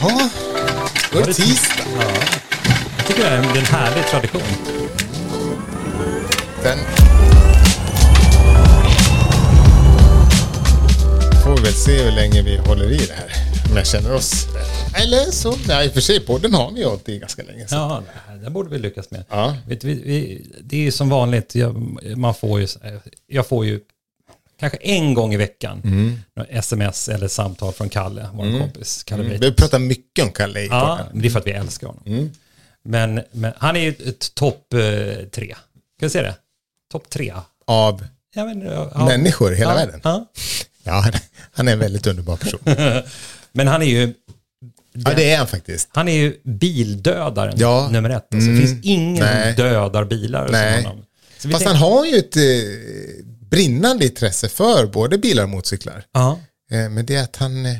Jaha, då är det tisdag. Ja. Jag tycker det är en, det är en härlig tradition. Den... Får vi väl se hur länge vi håller i det här. Om jag känner oss. Eller så, nej i och för sig, podden har vi ju hållit i ganska länge. Så. Ja, det här- det borde vi lyckas med. Ja. Vet, vi, vi, det är ju som vanligt, jag, man får ju, jag får ju kanske en gång i veckan några sms eller samtal från Kalle, vår kompis. Kalle Mm. Mm, Breit. Vi pratar mycket om Kalle i Ja, podden. men det är för att vi älskar honom. Men, men han är ju ett topp eh, tre. Kan du se det? Topp tre. Av Ja, men, ja, människor i hela ja, världen. Ja. Ja, han är en väldigt underbar person. Men han är ju Ja, det är han faktiskt. Han är ju bildödaren Ja. nummer ett. Alltså, Det Mm. finns ingen Nej. som dödar bilar Nej. som honom. Så vi Fast tänk- han har ju ett eh, brinnande intresse för både bilar och motorcyklar. ja. Eh, Men det är att han... eh,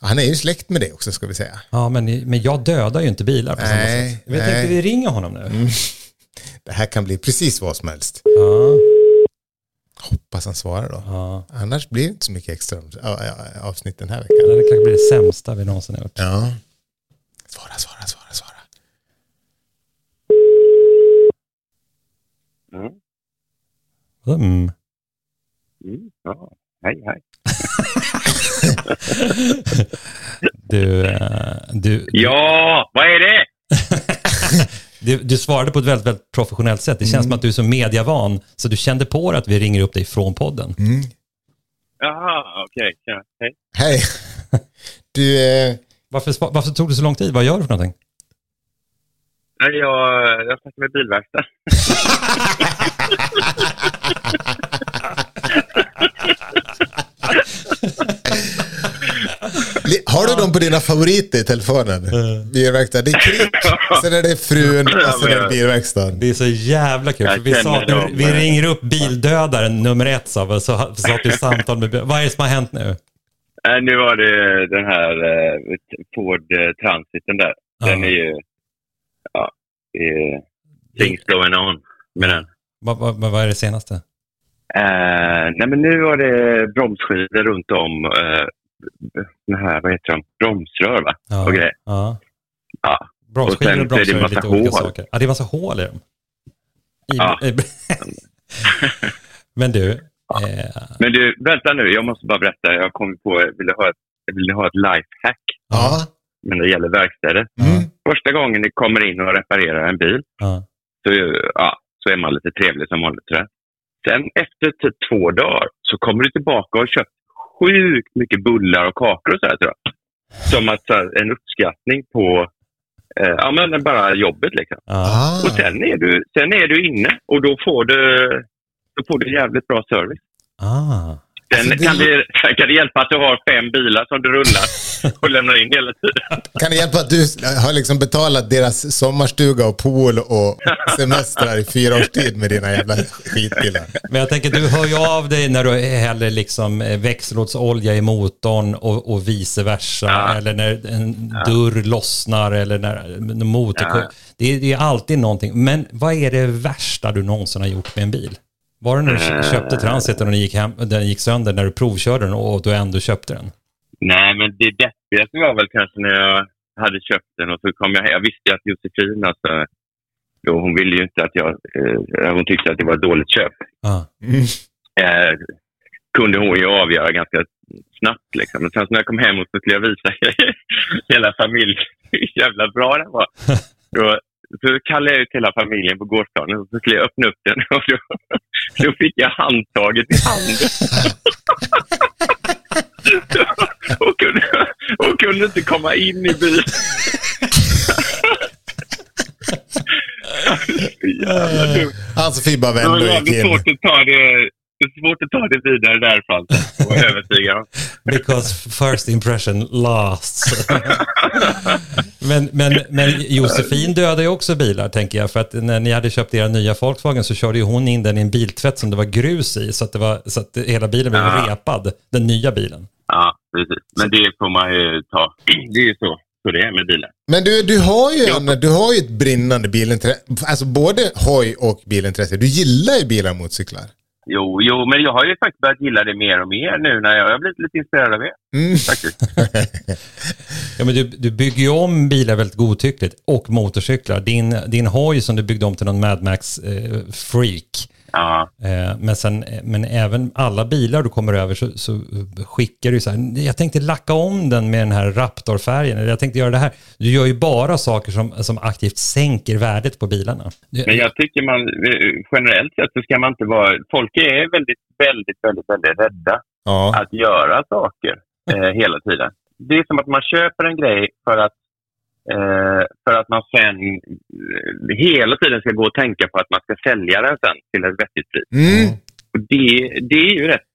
Han är ju släkt med det också ska vi säga. ja, men, men jag dödar ju inte bilar på samma Nej, sätt. Men Jag nej. Mm. tänkte vi ringer honom nu. Det här kan bli precis vad som helst. Ja, Hoppas han svarar då. ja. Annars blir det inte så mycket extra ja, ja, avsnitt den här veckan. Det kanske blir det sämsta vi någonsin har gjort. Ja. Svara, svara, svara, svara. Mm. Mm. Mm. Ja. Hej, hej. Du, eh, du, Ja, vad är det? du, du svarade på ett väldigt, väldigt professionellt sätt. Det känns Mm. som att du är så mediavan, så du kände på dig att vi ringer upp dig från podden. Mm. Jaha, okej. Tja, hej. Hej. Du, eh, Varför, sva- varför tog det så lång tid? Vad gör du för någonting? Nej, jag, jag snackar med bilverkstad. li- har du dem på dina favoriter i telefonen? Bilverkstad. Det är Krik, sen är det frun och sen är det bilverkstaden. Det är så jävla kul. Jag För vi, sa, att känner du- dem. vi ringer upp bildödaren nummer ett, sa vi, så ha- satt vi i samtal med... Vad är det som har hänt nu? Äh, nu var det den här eh, Ford eh, Transiten där. Den Ja. är ju... Ja, det är things going on med den. Vad, vad, vad är det senaste? Eh, nej, men nu var det bromsskivor runt om. Eh, den här, vad heter de? Bromsrör, va? Ja. Och grejer. Ja. Ja. Bromsskivor och Och sen så är bromsar det är lite massa olika hål. saker. Ja, det är massa hål i dem. I, Ja. i, men du, eh, Men du, vänta nu. Jag måste bara berätta. Jag kom på, vill du ha ett, vill du ha ett lifehack? Ja. Men det gäller verkstäder. Mm. Första gången ni kommer in och reparerar en bil ja, så, är ju- ja, så är man lite trevlig som vanligt. sådär. Sen efter typ två dagar så kommer du tillbaka och har köpt sjukt mycket bullar och kakor och sådär till dem. Som att, så här, en uppskattning på eh, ja, men bara jobbet. Liksom. ja. Ah. Och sen är, du, sen är du inne och då får du, då får du jävligt bra service. Ah. Sen Alltså, det- kan, det, sen kan det hjälpa att du har fem bilar som du rullar och lämnar in hela tiden. Kan det hjälpa att du har liksom betalat deras sommarstuga och pool och semestrar i fyra års tid med dina jävla skitbilar? Men jag tänker, du hör ju av dig när du häller liksom eh, växellådsolja i motorn och, och vice versa. Ja. Eller när en dörr lossnar eller när en motor... Ja. Det, är, det är alltid någonting. Men vad är det värsta du någonsin har gjort med en bil? Var det när du kö- Eh. köpte transiten och den gick, hem, den gick sönder när du provkörde den och du ändå köpte den? Nej, men det deppigaste var väl kanske när jag hade köpt den och så kom jag hem. Jag visste ju att Josefin, alltså, då hon ville ju inte att jag... Eh, hon tyckte att det var ett dåligt köp. Ja. Mm. Eh, kunde hon ju avgöra ganska snabbt. Liksom. Men sen så när jag kom hem och så skulle jag visa hela familjen hur jävla bra den var. Då, så kallade jag ut hela familjen på gårdsplanen och så skulle jag öppna upp den och då, då fick jag handtaget i handen. och, kunde, och kunde inte komma in i bilen. Så jävla dumt. Han Sofie bara Det var vände och gick jävligt in. svårt att ta det, det är svårt att ta det vidare därifrån och övertyga dem. Because first impression lasts. men, men, men Josefin dödar ju också bilar, tänker jag. För att när ni hade köpt era nya Volkswagen så körde ju hon in den i en biltvätt som det var grus i. Så att, det var, så att hela bilen blev Ja. repad, den nya bilen. Ja, precis. Men det får man ju ta. Det är ju så, så det är med bilar. Men du, du har ju en, du har ju ett brinnande bilintresse. Alltså både hoj och bilintresse. Du gillar ju bilar och motorcyklar. Jo, jo, men jag har ju faktiskt börjat gilla det mer och mer nu när jag, jag har blivit lite inspirerad av er. Mm. Faktiskt. Ja, men du, du bygger ju om bilar väldigt godtyckligt och motorcyklar. Din, din hoj som du byggde om till någon Mad eh, Max-freak. Ja, men, sen, eh, men även alla bilar du kommer över så, så skickar du ju så här, jag tänkte lacka om den med den här Raptor-färgen, eller jag tänkte göra det här. Du gör ju bara saker som, som aktivt sänker värdet på bilarna. Det- men jag tycker man eh, generellt sett så ska man inte vara... Folk är väldigt, väldigt, väldigt, väldigt rädda Ja. att göra saker eh, hela tiden. Det är som att man köper en grej för att, eh, för att man sen eh, hela tiden ska gå och tänka på att man ska sälja den sen till ett vettigt pris. Mm. Och det, det är ju rätt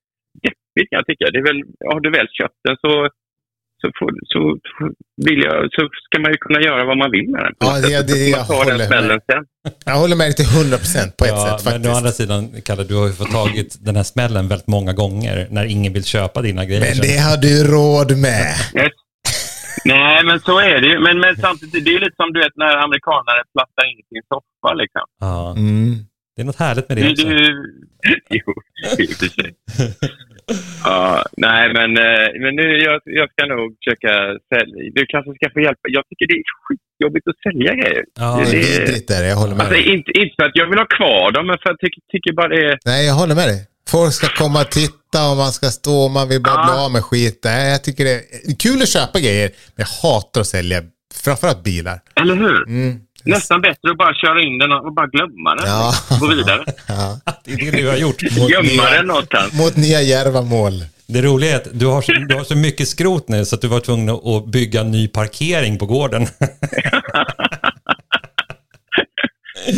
deppigt kan jag tycka. Det är väl, har du väl köpt den så, så, får, så, vill jag, så ska man ju kunna göra vad man vill med den. Ja, det- det- Så jag man tar den håller smällen sen. Jag håller med dig till 100% på ett sätt men å faktiskt. andra sidan, Kalle, du har ju fått tagit den här smällen väldigt många gånger när ingen vill köpa dina grejer. Men det har du råd med. Nej, men så är det ju. Men, men samtidigt, det är ju lite som du vet när amerikanare plattar in sin soffa liksom. ja, Mm. det är något härligt med Det, det det, också. är ju- jo, i och för sig. Ja, nej, men, eh, men nu, jag, jag ska nog försöka sälja. Du kanske ska få hjälpa. Jag tycker det är skitjobbigt att sälja grejer. Ja, Det är det- vidrigt där, jag håller med Alltså, dig. inte, inte för att jag vill ha kvar dem, men för att jag tycker, tycker bara det är... Nej, jag håller med dig. Folk ska komma och titta och man ska stå och man vill bara Ja. bli av med skit. Nej, jag tycker det är kul att köpa grejer, men jag hatar att sälja. Framförallt bilar. Eller hur? Mm. Nästan bättre att bara köra in den och bara glömma den. Ja. Gå vidare. Ja. det är det du har gjort. Mot Gömma nya- den någonstans. Mot nya djärva mål. Det roliga är att du har, så, du har så mycket skrot nu så att du var tvungen att bygga ny parkering på gården.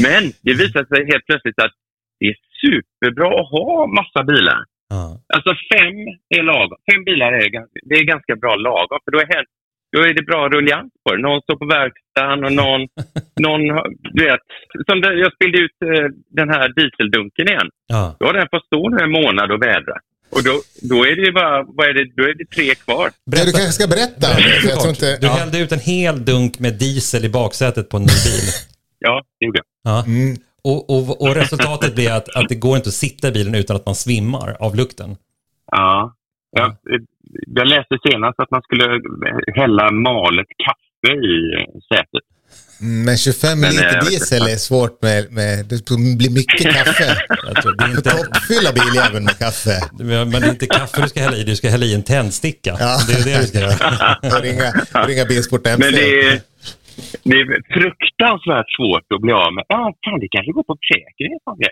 Men det visar sig helt plötsligt att det är superbra att ha massa bilar. Ja, Alltså fem är lagom. Fem bilar är, gans- det är ganska bra lagom. För då är, hel- då är det bra rullians på det. Någon står på verkstaden och någon... någon har- du vet, som det, jag spillde ut eh, den här dieseldunken igen. ja. Då har den fått stå nu en månad och vädra. Och då, då är det ju bara vad är det, då är det tre kvar. Ja, du kanske ska berätta? om det, för jag tror inte... Du Ja. hällde ut en hel dunk med diesel i baksätet på en ny bil. Ja, det gjorde jag. Ja. Mm. Och, och, och resultatet blir att, att det går inte att sitta i bilen utan att man svimmar av lukten. Ja. Jag, eh, jag läste senast att man skulle eh, hälla malet kaffe i eh, sätet. Mm, Men 25 Men, eh, jag liter vet diesel är svårt med, med... Det blir mycket kaffe. Jag tror, det är Du inte, toppfylla biljäveln med kaffe. men det är inte kaffe du ska hälla i, du ska hälla i en tändsticka. Ja. Det är det du ska göra. Och ringa, och ringa Bilsport MC. Men det är, det är fruktansvärt svårt att bli av med. Ah, fan, det kanske går på försäkring. och sånt där.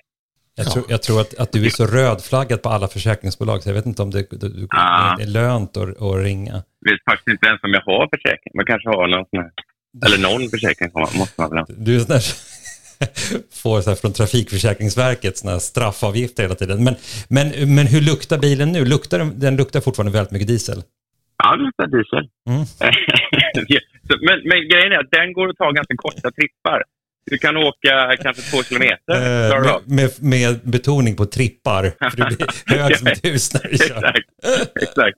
Jag tror, jag tror att, att du är så rödflaggad på alla försäkringsbolag så jag vet inte om det, du, du, Ah. det är lönt att, att ringa. Jag vet faktiskt inte ens om jag har försäkring. Man kanske har någon sån här, eller någon försäkring har man- måste man väl ha. Du är sån där, får så här från Trafikförsäkringsverket såna här straffavgifter hela tiden. Men, men, men hur luktar bilen nu? Luktar den, den luktar fortfarande väldigt mycket diesel. Ja, det luktar diesel. Mm. Så, men, men grejen är att den går att ta ganska korta trippar. Du kan åka kanske två kilometer. Eh, klarar du av. med, med, med betoning på trippar. För du blir hög som ett hus när du kör. Exakt. Exakt.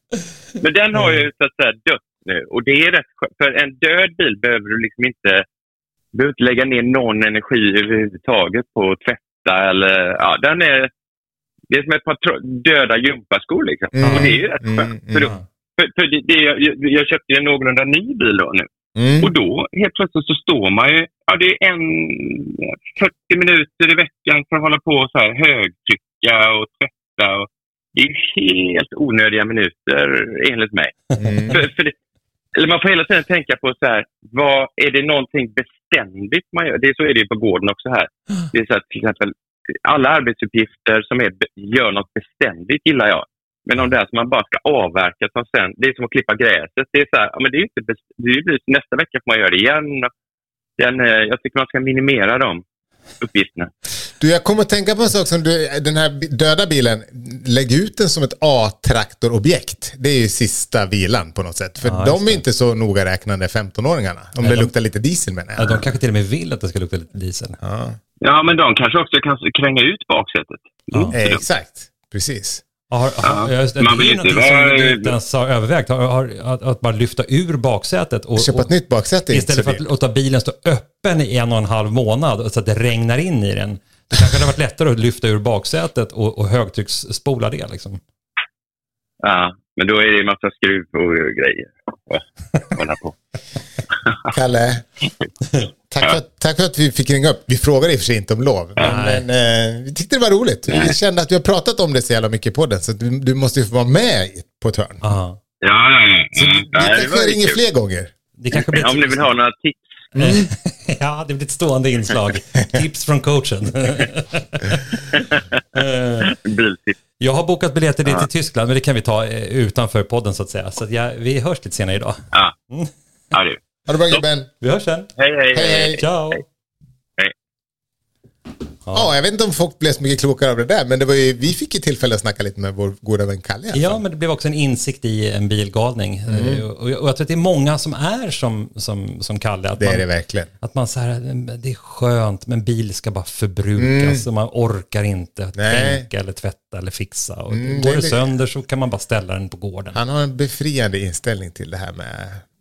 Men den har Mm. ju så att säga dött nu och det är rätt skönt. För en död bil behöver du liksom inte, du behöver inte lägga ner någon energi överhuvudtaget på att tvätta eller, ja den är, det är som ett par tro- döda gympaskor liksom. Mm. Och det är ju rätt skönt. Mm, För, mm. då, för, för det, det, jag, jag köpte ju en någorlunda ny bil då nu. Mm. Och då helt plötsligt så står man ju, ja det är en 40 minuter i veckan för att hålla på och så här högtrycka och tvätta. Och, det är ju helt onödiga minuter enligt mig. Mm. För, för det, eller man får hela tiden tänka på så här, vad, är det någonting beständigt man gör? Det, är- så är det ju på gården också här. Det är så här, till exempel, alla arbetsuppgifter som är, be- gör något beständigt gillar jag. Men om det är som man bara ska avverka, som sen, det är som att klippa gräset. Det är så här, ja, men det är ju inte best- det är ju, blir- nästa vecka får man göra det igen. Den, eh, jag tycker man ska minimera de uppgifterna. Du, jag kommer att tänka på en sak som du, den här bi- döda bilen, lägg ut den som ett A-traktorobjekt. Det är ju sista vilan på något sätt. För Ja, just de det. är inte så noga räknande 15-åringarna. Om Nej, det de- luktar lite diesel menar Ja, jag. de kanske till och med vill att det ska lukta lite diesel. Ja. Ja, men de kanske också kan s- kränga ut baksätet. Mm. Det är Ja. inte Eh, dumt. Exakt, precis. Ja, Har, har, Ja, just det, det man är vill ju inte någonting som vara- du inte ens har övervägt. Har, har, att, att bara lyfta ur baksätet och, Köpa ett och nytt baksäte är inte så istället för att dyrt. låta bilen stå öppen i en och en halv månad så att det regnar in i den. Det kanske hade varit lättare att lyfta ur baksätet och, och högtrycksspola det. Liksom. Ja, men då är det ju massa skruv och grejer att hålla på. Kalle, tack, för att, tack för att vi fick ringa upp. Vi frågade i och för sig inte om lov, men, men eh, vi tyckte det var roligt. Vi kände att vi har pratat om det så jävla mycket på den, så att du, du måste ju få vara med i- på ett hörn. Aha. Ja, ja, ja. Så Mm. vi Nej, det var kanske ju ringer kul. fler gånger. Det kanske blir Om ni vill ha några tips. ja, det blir ett stående inslag. Tips från coachen. Biltips. jag har bokat biljetter dit till Tyskland, men det kan vi ta eh, utanför podden så att säga. Så att jag, vi hörs lite senare idag. Ja. Ja, det är- Ha det bra gubben. Vi hörs sen. hej, hej, Hej, hej. hej. Ciao! Ja, jag vet inte om folk blev så mycket klokare av det där, men det var ju, vi fick ju tillfälle att snacka lite med vår goda vän Kalle. i alla Ja, fall. men det blev också en insikt i en bilgalning. Mm. Eh, Och, och jag tror att det är många som är som, som, som Kalle. Att det är man, det verkligen. Att man så här, det är skönt, men bil ska bara förbrukas och man orkar inte att Mm. Nej. tänka eller tvätta eller fixa. Och Mm, går det är det li- sönder så kan man bara ställa den på gården. Han har en befriande inställning till det här med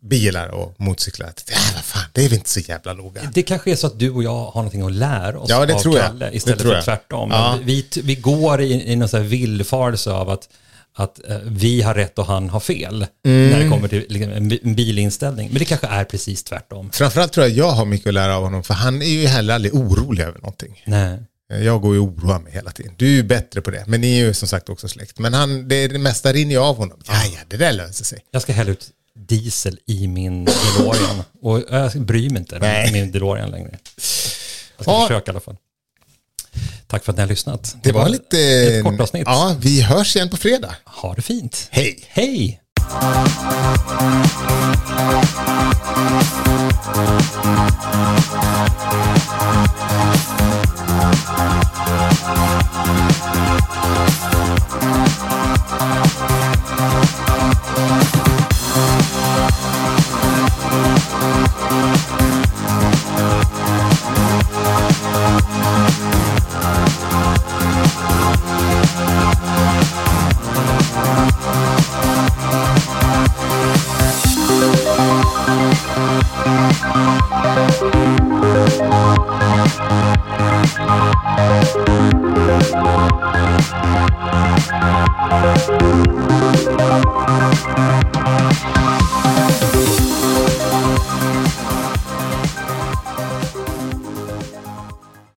bilar och motorcyklar. Att, Ja, vad fan, det är väl inte så jävla noga. Det kanske är så att du och jag har någonting att lära oss Ja, det av tror jag. Kalle Det istället tror för jag. tvärtom. Ja. Vi, vi går i, i någon så här villfarelse av att, att eh, vi har rätt och han har fel när Mm. det kommer till liksom, en bi- en bilinställning. Men det kanske är precis tvärtom. Framförallt tror jag jag har mycket att lära av honom, för han är ju heller aldrig orolig över någonting. Nej. Jag går ju och oroar mig hela tiden. Du är ju bättre på det, men ni är ju som sagt också släkt. Men han, det, det mesta rinner ju av honom. Ja, ja, det där löser sig. Jag ska hälla ut diesel i min DeLorean. Och jag bryr mig inte Nej. om min DeLorean längre. Jag ska Ja. försöka i alla fall. Tack för att ni har lyssnat. Det var lite... ett kort avsnitt. Ja, vi hörs igen på fredag. Ha det fint. Hej! Hej!